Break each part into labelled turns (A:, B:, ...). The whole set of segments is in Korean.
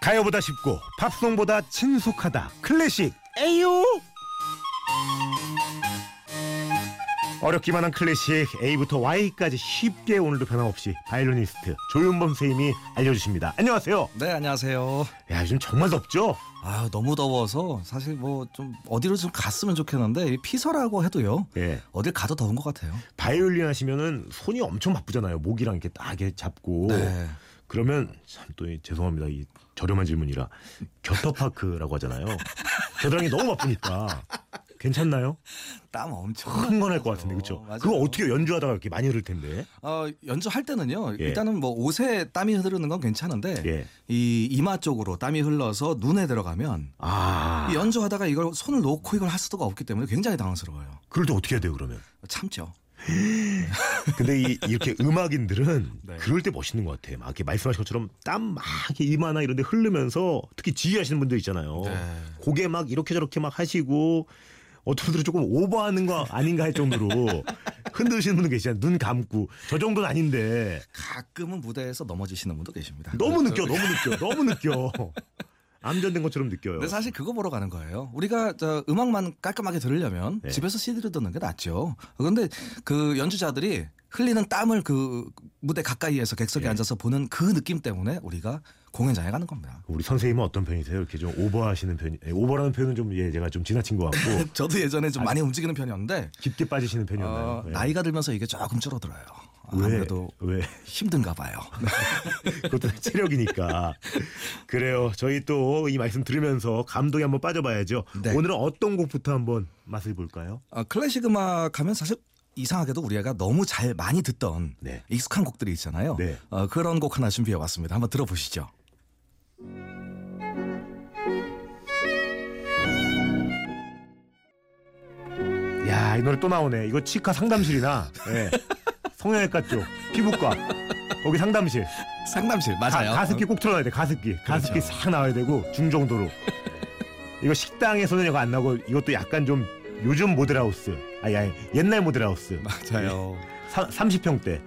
A: 가요보다 쉽고 팝송보다 친숙하다 클래식 에이오 어렵기만한 클래식 A부터 Y까지 쉽게 오늘도 변함없이 바이올리니스트 조윤범 선생님이 알려주십니다. 안녕하세요.
B: 네 안녕하세요.
A: 야 요즘 정말 덥죠?
B: 아 너무 더워서 사실 뭐 좀 어디로 좀 갔으면 좋겠는데 이 피서라고 해도요.
A: 예.
B: 어딜 가도 더운 것 같아요.
A: 바이올린 하시면은 손이 엄청 바쁘잖아요. 목이랑 이렇게 딱 이렇게 잡고
B: 네.
A: 그러면 참또 죄송합니다. 이 저렴한 질문이라 겨터파크라고 하잖아요. 겨드랑이 너무 바쁘니까 괜찮나요?
B: 땀 엄청.
A: 큰 건 할 것 같은데 그렇죠?
B: 맞아요.
A: 그거 어떻게 연주하다가 이렇게 많이 흐를 텐데.
B: 어, 연주할 때는요.
A: 예.
B: 일단은 뭐 옷에 땀이 흐르는 건 괜찮은데
A: 예.
B: 이 이마 쪽으로 땀이 흘러서 눈에 들어가면
A: 아
B: 이 연주하다가 이걸 손을 놓고 이걸 할 수도가 없기 때문에 굉장히 당황스러워요.
A: 그럴 때 어떻게 해야 돼요 그러면?
B: 참죠.
A: 근데 이, 이렇게 음악인들은
B: 네.
A: 그럴 때 멋있는 것 같아요. 막 이렇게 말씀하신 것처럼 땀 막 이마나 이런 데 흐르면서 특히 지휘하시는 분들 있잖아요.
B: 네.
A: 고개 막 이렇게 저렇게 막 하시고 어떤 분들은 조금 오버하는 거 아닌가 할 정도로 흔드시는 분들 계시잖아요. 눈 감고 저 정도는 아닌데
B: 가끔은 무대에서 넘어지시는 분도 계십니다.
A: 너무 느껴, 너무 느껴, 너무 느껴. 암전된 것처럼 느껴요.
B: 근데 사실 그거 보러 가는 거예요. 우리가 저 음악만 깔끔하게 들으려면
A: 네.
B: 집에서 CD를 듣는 게 낫죠. 그런데 그 연주자들이 흘리는 땀을 그 무대 가까이에서 객석에
A: 예.
B: 앉아서 보는 그 느낌 때문에 우리가 공연장에 가는 겁니다.
A: 우리 선생님은 어떤 편이세요? 이렇게 좀 오버하시는 편이? 에, 오버라는 표현은 좀 예, 제가 좀 지나친 것 같고
B: 저도 예전에
A: 아.
B: 좀 많이 움직이는 편이었는데
A: 깊게 빠지시는 편이었나요?
B: 어,
A: 예.
B: 나이가 들면서 이게 조금 줄어들어요.
A: 왜?
B: 아무래도
A: 왜?
B: 힘든가 봐요.
A: 그것도 체력이니까. 그래요. 저희 또 이 말씀 들으면서 감동에 한번 빠져봐야죠.
B: 네.
A: 오늘은 어떤 곡부터 한번 맛을 볼까요?
B: 어, 클래식 음악 하면 사실 이상하게도 우리가 너무 잘 많이 듣던
A: 네.
B: 익숙한 곡들이 있잖아요.
A: 네.
B: 어, 그런 곡 하나 준비해 왔습니다. 한번 들어보시죠.
A: 야, 이 노래 또 나오네. 이거 치과 상담실이나 예. 성형외과 쪽, 피부과. 거기 상담실.
B: 상담실
A: 가,
B: 맞아요.
A: 가습기 꼭 틀어놔야 그렇죠. 돼. 가습기. 가습기 싹 나와야 되고 중정도로. 이거 식당에서는 이거 안 나고 이것도 약간 좀 요즘 모델하우스. 아니, 아니 옛날 모델하우스.
B: 맞아요.
A: 30평대.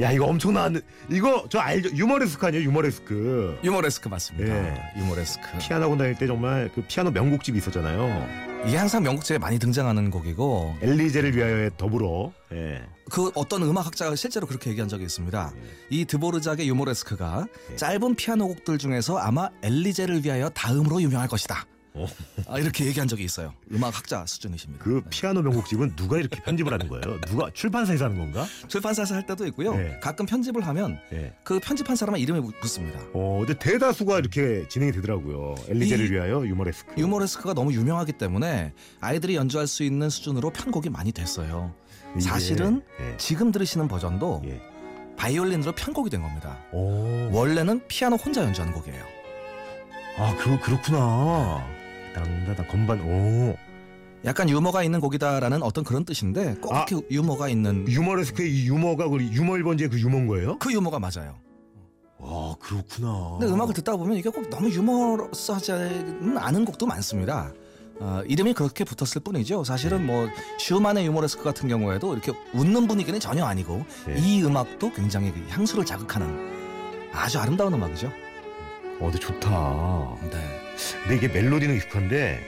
A: 야 이거 엄청 나왔는 이거 저 알죠 유머레스크 아니에요 유머레스크
B: 유머레스크 맞습니다.
A: 예.
B: 유머레스크.
A: 피아노 고 다닐 때 정말 그 피아노 명곡집이 있었잖아요
B: 이게 항상 명곡집에 많이 등장하는 곡이고
A: 엘리제를 위하여의 더불어 예.
B: 그 어떤 음악학자가 실제로 그렇게 얘기한 적이 있습니다. 이 드보르작의 유머레스크가
A: 예.
B: 짧은 피아노 곡들 중에서 아마 엘리제를 위하여 다음으로 유명할 것이다.
A: 어.
B: 아, 이렇게 얘기한 적이 있어요. 음악학자 수준이십니다.
A: 그 피아노 명곡집은 누가 이렇게 편집을 하는 거예요 누가 출판사에서 하는 건가
B: 출판사에서 할 때도 있고요.
A: 예.
B: 가끔 편집을 하면
A: 예.
B: 그 편집한 사람의 이름이 붙- 붙습니다.
A: 어 근데 대다수가 이렇게 진행이 되더라고요 엘리제를
B: 이-
A: 위하여 유머레스크
B: 유머레스크가 너무 유명하기 때문에 아이들이 연주할 수 있는 수준으로 편곡이 많이 됐어요.
A: 이게-
B: 사실은
A: 예.
B: 지금 들으시는 버전도
A: 예.
B: 바이올린으로 편곡이 된 겁니다.
A: 오.
B: 원래는 피아노 혼자 연주하는 곡이에요.
A: 아 그, 그렇구나 당다다 건반 오
B: 약간 유머가 있는 곡이다라는 어떤 그런 뜻인데 꼭
A: 아.
B: 이렇게 유머가 있는
A: 유머레스크의 이 유머가 우리 유머 일번지의그 유머인 거예요
B: 그 유머가 맞아요.
A: 아 그렇구나
B: 근데 음악을 듣다 보면 이게 꼭 너무 유머러스하지는 않은 곡도 많습니다. 어, 이름이 그렇게 붙었을 뿐이죠.
A: 네.
B: 사실은 뭐 슈만의 유머레스크 같은 경우에도 이렇게 웃는 분위기는 전혀 아니고
A: 예.
B: 이 음악도 굉장히 그 향수를 자극하는 아주 아름다운 음악이죠.
A: 어 근데 좋다
B: 네.
A: 근데 이게 멜로디는 익숙한데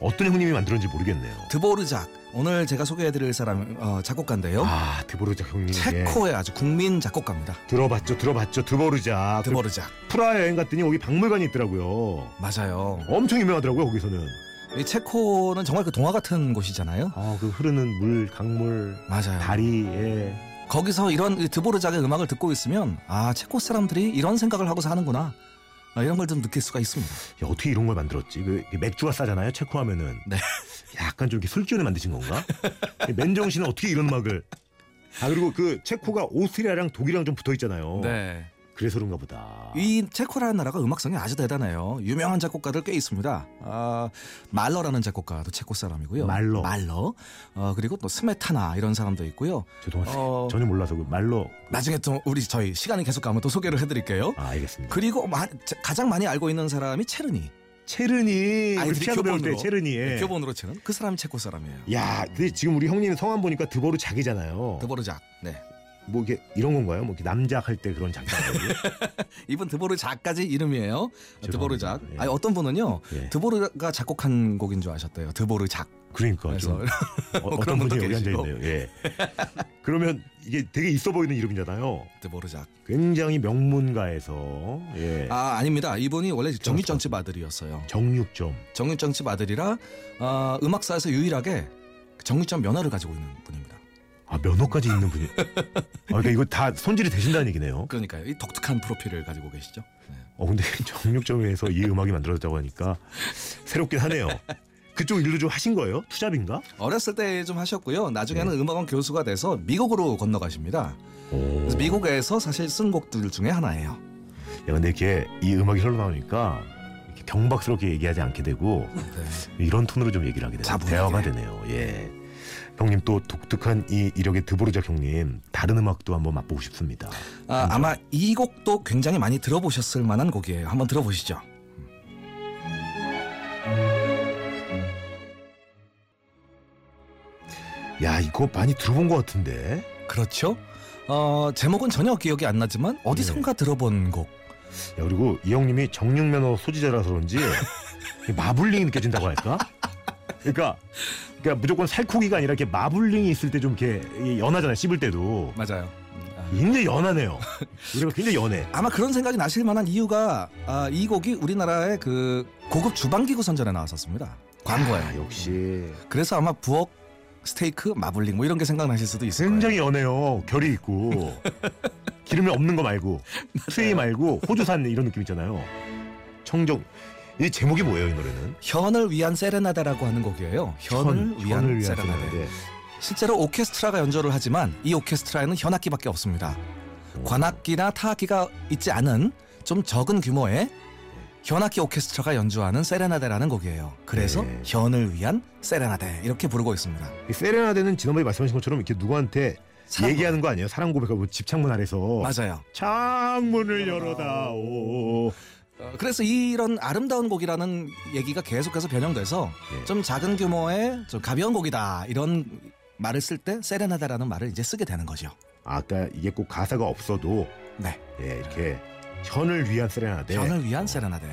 A: 어떤 형님이 만들었는지 모르겠네요.
B: 드보르작 오늘 제가 소개해드릴 사람 어, 작곡가인데요.
A: 아 드보르작
B: 음,
A: 형님.
B: 체코의 아주 국민 작곡가입니다.
A: 예. 들어봤죠, 들어봤죠. 드보르작. 그
B: 드보르작
A: 프라하 여행 갔더니 거기 박물관이 있더라고요.
B: 맞아요.
A: 엄청 유명하더라고요 거기서는.
B: 이 체코는 정말 그 동화 같은 곳이잖아요.
A: 아그 흐르는 물, 강물,
B: 맞아요.
A: 다리에
B: 거기서 이런 이 드보르작의 음악을 듣고 있으면 아 체코 사람들이 이런 생각을 하고 사는구나 아, 이런 걸 좀 느낄 수가 있습니다.
A: 야, 어떻게 이런 걸 만들었지? 그 이게 맥주가 싸잖아요. 체코 하면은.
B: 네.
A: 약간 좀 이렇게 술주에 만드신 건가? 이 맨정신은 어떻게 이런 음악을? 아 그리고 그 체코가 오스트리아랑 독일이랑 좀 붙어 있잖아요.
B: 네.
A: 그래서 그런가 보다.
B: 이 체코라는 나라가 음악성이 아주 대단해요. 유명한 작곡가들 꽤 있습니다. 아, 말러라는 작곡가도 체코 사람이고요.
A: 말러.
B: 말러. 어, 그리고 또 스메타나 이런 사람도 있고요.
A: 죄송합니다.
B: 어,
A: 전혀 몰라서 그 말로.
B: 나중에 또 우리 저희 시간이 계속 가면 또 소개를 해드릴게요.
A: 아 알겠습니다.
B: 그리고 마- 가장 많이 알고 있는 사람이 체르니.
A: 체르니
B: 아이들이
A: 우리 피아노 배울 때
B: 교본으로. 네,
A: 체르니 예.
B: 교본으로 치는 그 사람이 체코 사람이에요.
A: 야 근데 지금 우리 형님 성함 보니까 드보르 작이잖아요
B: 드보르작. 네.
A: 뭐 이게 이런 건가요? 뭐 이렇게 남자 할 때 그런 장작
B: 이분 드보르작까지 이름이에요.
A: 죄송합니다.
B: 드보르작.
A: 예.
B: 아니 어떤 분은요.
A: 예.
B: 드보르가 작곡한 곡인 줄 아셨대요. 드보르작.
A: 그러니까
B: 그래서
A: 좀 어,
B: 그런
A: 어떤
B: 분도
A: 분이 여기 앉아
B: 계시고.
A: 있네요. 예. 그러면 이게 되게 있어 보이는 이름이잖아요.
B: 드보르작.
A: 굉장히 명문가에서 예. 그렇죠.
B: 아 아닙니다. 이분이 원래 정육정집 아들이었어요.
A: 정육점.
B: 정육정집 아들이라 어, 음악사에서 유일하게 정육점 면허를 가지고 있는 분입니다.
A: 아 면허까지 있는 분이. 아, 그러니까 이거 다 손질이 되신다는 얘기네요.
B: 그러니까요. 이 독특한 프로필을 가지고 계시죠. 네.
A: 어 근데 정육점에서 이 음악이 만들어졌다고 하니까 새롭긴 하네요. 그쪽 일로 좀 하신 거예요? 투잡인가?
B: 어렸을 때 좀 하셨고요. 나중에는
A: 예.
B: 음악원 교수가 돼서 미국으로 건너가십니다.
A: 오.
B: 그래서 미국에서 사실 쓴 곡들 중에 하나예요.
A: 야, 근데 이렇게 이 음악이 흘러나오니까 이렇게 경박스럽게 얘기하지 않게 되고
B: 네.
A: 이런 톤으로 좀 얘기를 하게 되네요.
B: 자분하게.
A: 대화가 되네요. 예. 형님 또 독특한 이 이력의 드보르작 형님 다른 음악도 한번 맛보고 싶습니다.
B: 아, 아마 이 곡도 굉장히 많이 들어보셨을 만한 곡이에요. 한번 들어보시죠.
A: 야 이거 많이 들어본 것 같은데
B: 그렇죠? 예. 어, 제목은 전혀 기억이 안 나지만 어디선가 들어본 곡.
A: 야, 그리고 이 형님이 정육면허 소지자라서 그런지 이 마블링이 느껴진다고 할까? 그러니까 그러니까 무조건 살코기가 아니라 이렇게 마블링이 있을 때 좀 이렇게 이 연하잖아요. 씹을 때도
B: 맞아요. 음, 아.
A: 굉장히 연하네요. 그리고 굉장히 연해.
B: 아마 그런 생각이 나실 만한 이유가 아, 이 곡이 우리나라의 그 고급 주방기구 선전에 나왔었습니다. 광고예요.
A: 아, 역시
B: 그래서 아마 부엌 스테이크 마블링 뭐 이런 게 생각나실 수도 있을 거예요.
A: 굉장히 연해요. 결이 있고 기름이 없는 거 말고 트레이 말고 호주산 이런 느낌 있잖아요. 청정 이 제목이 뭐예요 이 노래는?
B: 현을 위한 세레나데라고 하는 곡이에요. 현을
A: 현-
B: 위한
A: 현을
B: 세레나데.
A: 세레나데.
B: 실제로 오케스트라가 연주를 하지만 이 오케스트라에는 현악기밖에 없습니다. 관악기나 타악기가 있지 않은 좀 적은 규모의 현악기 오케스트라가 연주하는 세레나데라는 곡이에요. 그래서
A: 네.
B: 현을 위한 세레나데 이렇게 부르고 있습니다.
A: 이 세레나데는 지난번에 말씀하신 것처럼 이렇게 누구한테
B: 사랑
A: 얘기하는 거 아니에요? 사랑 고백하고 뭐집 창문 아래서
B: 맞아요. 아.
A: 창문을 열어다오.
B: 어, 그래서 이런 아름다운 곡이라는 얘기가 계속해서 변형돼서
A: 예.
B: 좀 작은 규모의 좀 가벼운 곡이다 이런 말을 쓸 때 세레나데라는 말을 이제 쓰게 되는 거죠.
A: 아까 이게 꼭 가사가 없어도
B: 네,
A: 예, 이렇게 현을 위한 세레나데.
B: 변을 위한 세레나데.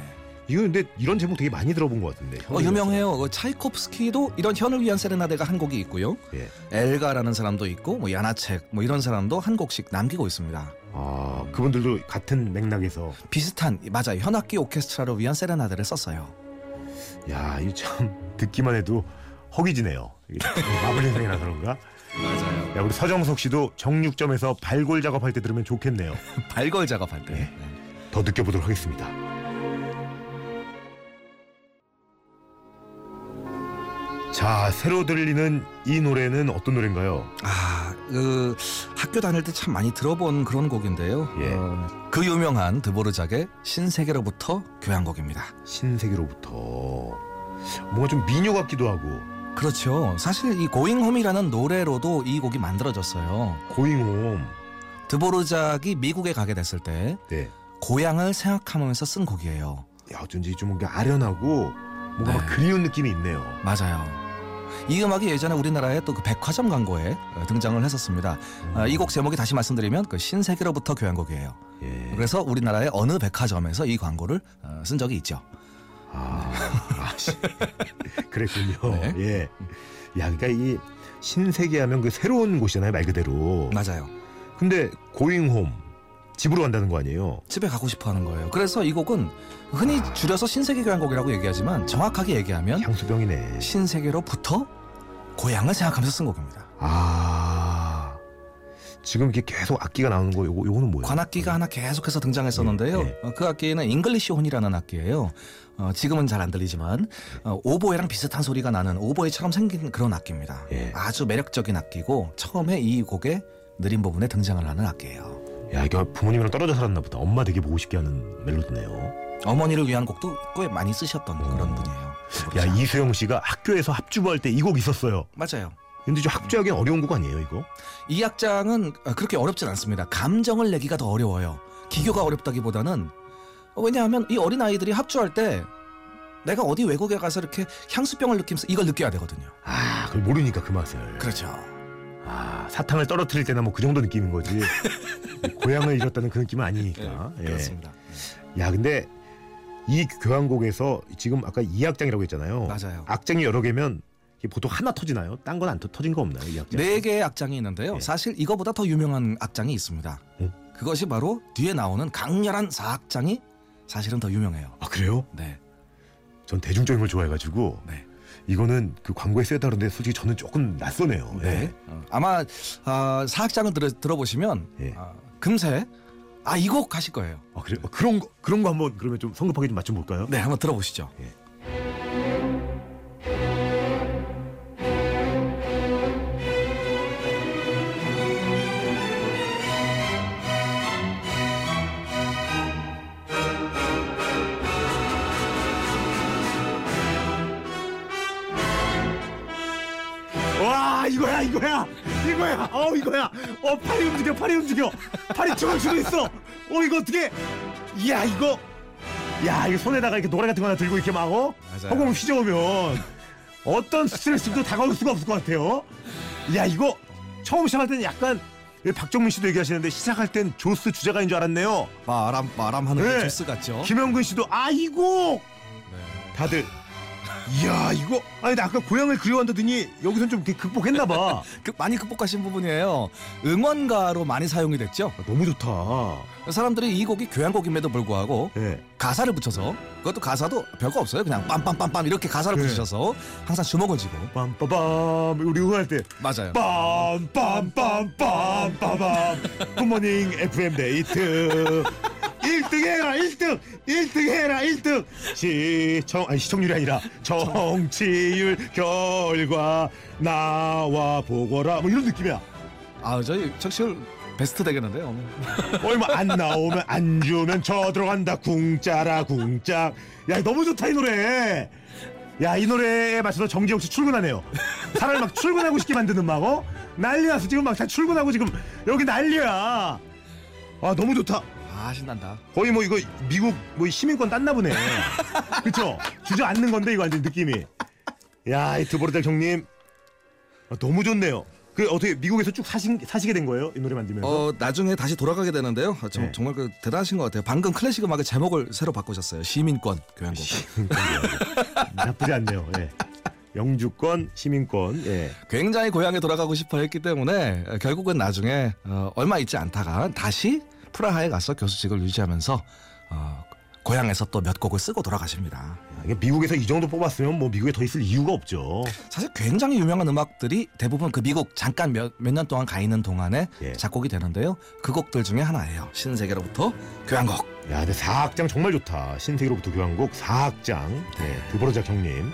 A: 이거 근데 이런 제목 되게 많이 들어본 것 같은데.
B: 어, 유명해요. 어, 차이콥스키도 이런 현을 위한 세레나데가 한 곡이 있고요.
A: 예.
B: 엘가라는 사람도 있고 뭐 야나책 뭐 이런 사람도 한 곡씩 남기고 있습니다.
A: 아 그분들도 같은 맥락에서
B: 비슷한 맞아요. 현악기 오케스트라를 위한 세레나데를 썼어요.
A: 야 이 참 듣기만 해도 허기지네요. 이게 마블링 생이라 그런가?
B: 맞아요.
A: 야 우리 서정석 씨도 정육점에서 발골 작업할 때 들으면 좋겠네요.
B: 발걸 작업할 때.
A: 예.
B: 네.
A: 더 느껴보도록 하겠습니다. 자, 새로 들리는 이 노래는 어떤 노래인가요?
B: 아, 그 학교 다닐 때 참 많이 들어본 그런 곡인데요.
A: 예.
B: 어, 그 유명한 드보르작의 신세계로부터 교향곡입니다.
A: 신세계로부터 뭔가 좀 민요 같기도 하고
B: 그렇죠. 사실 이 고잉홈이라는 노래로도 이 곡이 만들어졌어요.
A: 고잉홈.
B: 드보르작이 미국에 가게 됐을 때
A: 네.
B: 고향을 생각하면서 쓴 곡이에요.
A: 야, 어쩐지 좀 뭔가 아련하고 뭔가 막
B: 네.
A: 그리운 느낌이 있네요.
B: 맞아요. 이 음악이 예전에 우리나라의 또 그 백화점 광고에 어, 등장을 했었습니다. 아, 이 곡 제목이 다시 말씀드리면 그 신세계로부터 교향곡이에요.
A: 예.
B: 그래서 우리나라의 어느 백화점에서 이 광고를 어, 쓴 적이 있죠.
A: 아, 아, 씨. 그랬군요.
B: 네.
A: 예. 야, 그러니까 이 신세계 하면 그 새로운 곳이잖아요, 말 그대로.
B: 맞아요.
A: 근데 고잉홈 집으로 간다는 거 아니에요?
B: 집에 가고 싶어 하는 거예요. 그래서 이 곡은 흔히 줄여서 신세계 교향곡이라고 얘기하지만 정확하게 얘기하면
A: 향수병이네.
B: 신세계로부터 고향을 생각하면서 쓴 곡입니다.
A: 아 지금 이게 계속 악기가 나오는 거 요거 요거는 뭐예요?
B: 네. 관악기가 하나 계속해서 등장했었는데요.
A: 예, 예.
B: 어, 그 악기는 잉글리시 혼이라는 악기예요. 어, 지금은 잘 안 들리지만 어, 오보에랑 비슷한 소리가 나는 오보에처럼 생긴 그런 악기입니다.
A: 예.
B: 아주 매력적인 악기고 처음에 이 곡의 느린 부분에 등장을 하는 악기예요.
A: 야 이거 부모님이랑 떨어져 살았나 보다. 엄마 되게 보고 싶게 하는 멜로디네요.
B: 어머니를 위한 곡도 꽤 많이 쓰셨던 그런 분이에요.
A: 야
B: 그렇죠.
A: 이수영 씨가 학교에서 합주부할 때 이 곡 있었어요.
B: 맞아요.
A: 근데 좀 합주하기 어려운 곡 아니에요 이거?
B: 이 악장은 그렇게 어렵진 않습니다. 감정을 내기가 더 어려워요. 기교가 어렵다기보다는 왜냐하면 이 어린 아이들이 합주할 때 내가 어디 외국에 가서 이렇게 향수병을 느끼면서 이걸 느껴야 되거든요.
A: 아 그걸 모르니까 그 맛을.
B: 그렇죠.
A: 아, 사탕을 떨어뜨릴 때나 뭐 그 정도 느낌인 거지. 고향을 잃었다는 그 느낌은
B: 예,
A: 아니니까. 예.
B: 그렇습니다.
A: 야, 근데 이 교향곡에서 지금 아까 이악장이라고 어. 했잖아요.
B: 맞아요.
A: 악장이 여러 개면 이게 보통 하나 터지나요? 딴 건 안 터진 거 없나요? 이악장
B: 네 개의 악장이 있는데요.
A: 예.
B: 사실 이거보다 더 유명한 악장이 있습니다.
A: 응?
B: 그것이 바로 뒤에 나오는 강렬한 사악장이 사실은 더 유명해요.
A: 아, 그래요?
B: 네,
A: 전 대중적인 걸 좋아해가지고
B: 네,
A: 이거는 그 광고에 쓰였다 그러는데 솔직히 저는 조금 낯서네요.
B: 네. 어, 아마 아, 사악장을 들어, 들어보시면
A: 예.
B: 아, 금세 아 이 곡 하실 거예요.
A: 아, 그래? 요 그런 거, 그런 거 한번 그러면 좀 성급하게 좀 맞춰 볼까요?
B: 네, 한번 들어보시죠.
A: 와 이거야 이거야 이거야 어 이거야 어 팔이 움직여 팔이 움직여 팔이 주걱주걱 있어 어 이거 어떻게 이야 이거 야 이거 손에다가 이렇게 노래 같은 거 하나 들고 이렇게 막 어?
B: 맞아요.
A: 허공 휘저으면 어떤 스트레스도 다가올 수가 없을 것 같아요 야 이거 처음 시작할 때는 약간 예, 박정민 씨도 얘기하시는데 시작할 땐 조스 주제가인 줄 알았네요
B: 바람 바람 하는
A: 네.
B: 그 조스 같죠.
A: 김영근 씨도 아이고
B: 네.
A: 다들 이야 이거 아니 나 아까 고향을 그리워한다더니 여기선 좀 이렇게 극복했나 봐
B: 그, 많이 극복하신 부분이에요. 응원가로 많이 사용이 됐죠.
A: 아, 너무 좋다.
B: 사람들이 이 곡이 교향곡임에도 불구하고
A: 예.
B: 가사를 붙여서 그것도 가사도 별거 없어요. 그냥 빰빰빰빰 이렇게 가사를
A: 네.
B: 붙이셔서 항상 주먹을 쥐고
A: 빰빠밤 우리 응원할 때
B: 맞아요.
A: 빰빰빰빰빰빰 굿모닝 FM 데이트 1등 해라 1등 1등 해라 1등 시청 아니 시청률이 아니라 정치율 결과 나와 보거라 뭐 이런 느낌이야
B: 아 저희 청취율 베스트 되겠는데요. 오늘.
A: 얼마 안 나오면 안 주면 저 들어간다 궁짜라 궁짝 야 너무 좋다 이 노래 야 이 노래에 맞춰서 정재욱 씨 출근하네요 사람을 막 출근하고 싶게 만드는 막 어? 난리 났어 지금 막 다 출근하고 지금 여기 난리야 아 너무 좋다
B: 아 신난다.
A: 거의 뭐 이거 미국 뭐 시민권 땄나 보네 그쵸 주저앉는 건데 이거 완전 느낌이 야이 드보르달 형님 아, 너무 좋네요 그 어떻게 미국에서 쭉 사신, 사시게 된 거예요 이 노래 만들면서
B: 어 나중에 다시 돌아가게 되는데요. 아, 정,
A: 네.
B: 정말 그 대단하신 것 같아요. 방금 클래식 음악의 제목을 새로 바꾸셨어요. 시민권 교향곡.
A: 나쁘지 않네요. 예. 영주권, 시민권. 예.
B: 굉장히 고향에 돌아가고 싶어 했기 때문에 결국은 나중에 어, 얼마 있지 않다가 다시 프라하에 가서 교수직을 유지하면서 어, 고향에서 또 몇 곡을 쓰고 돌아가십니다.
A: 이게 미국에서 이 정도 뽑았으면 뭐 미국에 더 있을 이유가 없죠.
B: 사실 굉장히 유명한 음악들이 대부분 그 미국 잠깐 몇 년 동안 가 있는 동안에
A: 예.
B: 작곡이 되는데요. 그 곡들 중에 하나예요. 신세계로부터 교향곡.
A: 야, 근데 사악장 정말 좋다. 신세계로부터 교향곡 사악장. 예. 드보르작 형님.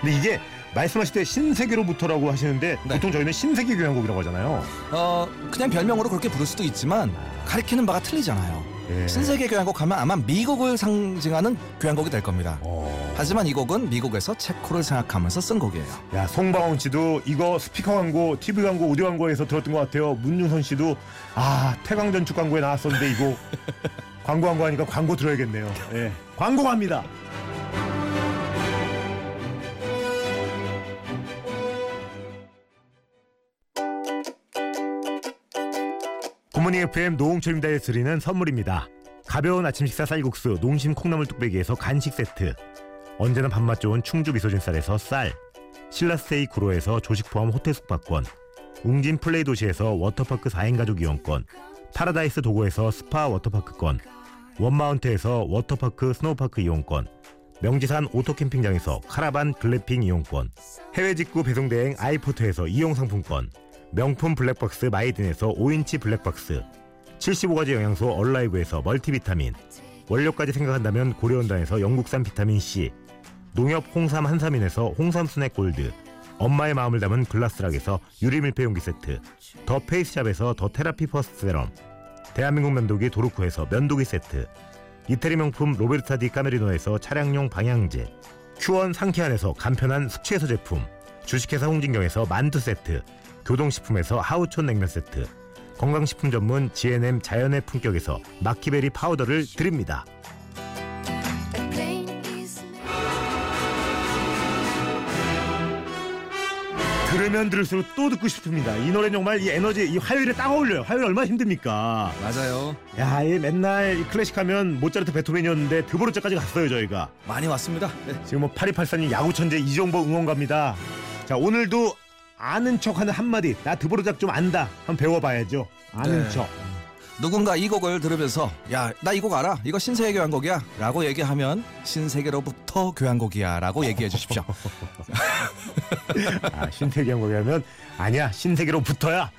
A: 근데 이게 말씀하실 때 신세계로부터라고 하시는데
B: 네.
A: 보통 저희는 신세계 교향곡이라고 하잖아요.
B: 어, 그냥 별명으로 그렇게 부를 수도 있지만 가리키는 바가 틀리잖아요.
A: 예.
B: 신세계 교향곡 하면 아마 미국을 상징하는 교향곡이 될 겁니다.
A: 어.
B: 하지만 이 곡은 미국에서 체코를 생각하면서 쓴 곡이에요.
A: 야, 송방원 씨도 이거 스피커 광고, TV 광고, 오디오 광고에서 들었던 것 같아요. 문윤선 씨도 아, 태광전축 광고에 나왔었는데 이거 광고 광고 하니까 광고 들어야겠네요. 예. 광고 갑니다. 굿모닝 FM 노홍철입니다에 드리는 선물입니다. 가벼운 아침 식사 쌀국수 농심 콩나물 뚝배기에서 간식 세트 언제나 밥맛 좋은 충주 미소진 쌀에서 쌀 신라스테이 구로에서 조식 포함 호텔 숙박권 웅진 플레이 도시에서 워터파크 4인 가족 이용권 파라다이스 도고에서 스파 워터파크권 원마운트에서 워터파크 스노우파크 이용권 명지산 오토캠핑장에서 카라반 글램핑 이용권 해외 직구 배송대행 아이포트에서 이용상품권 명품 블랙박스 마이든에서 5인치 블랙박스 75가지 영양소 얼라이브에서 멀티비타민 원료까지 생각한다면 고려온단에서 영국산 비타민C 농협 홍삼 한삼인에서 홍삼 스낵 골드 엄마의 마음을 담은 글라스락에서 유리 밀폐용기 세트 더 페이스샵에서 더 테라피 퍼스트 세럼 대한민국 면도기 도르코에서 면도기 세트 이태리 명품 로베르타 디 까메리노에서 차량용 방향제 큐원 상쾌한에서 간편한 숙취해소 제품 주식회사 홍진경에서 만두 세트 교동식품에서 하우촌 냉면 세트 건강식품 전문 GNM 자연의 품격에서 마키베리 파우더를 드립니다.
C: A plane is made.
A: 들으면 들을수록 또 듣고 싶습니다. 이 노래 정말 이 에너지 이 화요일에 딱 어울려요. 화요일 얼마나 힘듭니까?
B: 맞아요.
A: 야, 이 맨날 이 클래식하면 모차르트 베토벤이었는데 드보르차까지 갔어요 저희가.
B: 많이 왔습니다. 네.
A: 지금 뭐 8284님 야구 천재 이종범 응원가입니다. 자 오늘도 아는 척하는 한마디 나 드보르작 좀 안다 한번 배워봐야죠. 아는
B: 네.
A: 척.
B: 누군가 이 곡을 들으면서 야 나 이 곡 알아 이거 신세계 교향곡이야 라고 얘기하면 신세계로부터 교향곡이야 라고 얘기해 주십시오
A: 아, 신세계 한곡이라면 아니야 신세계로 붙어야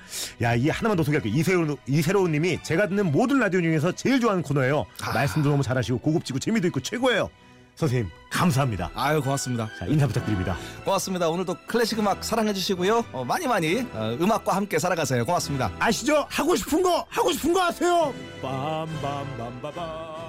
A: 야 이 하나만 더 소개할게요 이세훈 이세로우님이 제가 듣는 모든 라디오 중에서 제일 좋아하는 코너예요
B: 아.
A: 말씀도 너무 잘하시고 고급지고 재미도 있고 최고예요 선생님 감사합니다
B: 아유 고맙습니다
A: 자 인사 부탁드립니다
B: 고맙습니다 오늘도 클래식 음악 사랑해 주시고요 어, 많이 많이 어, 음악과 함께 살아가세요 고맙습니다
A: 아시죠 하고 싶은 거 하고 싶은 거 하세요 빰빰빰빰빰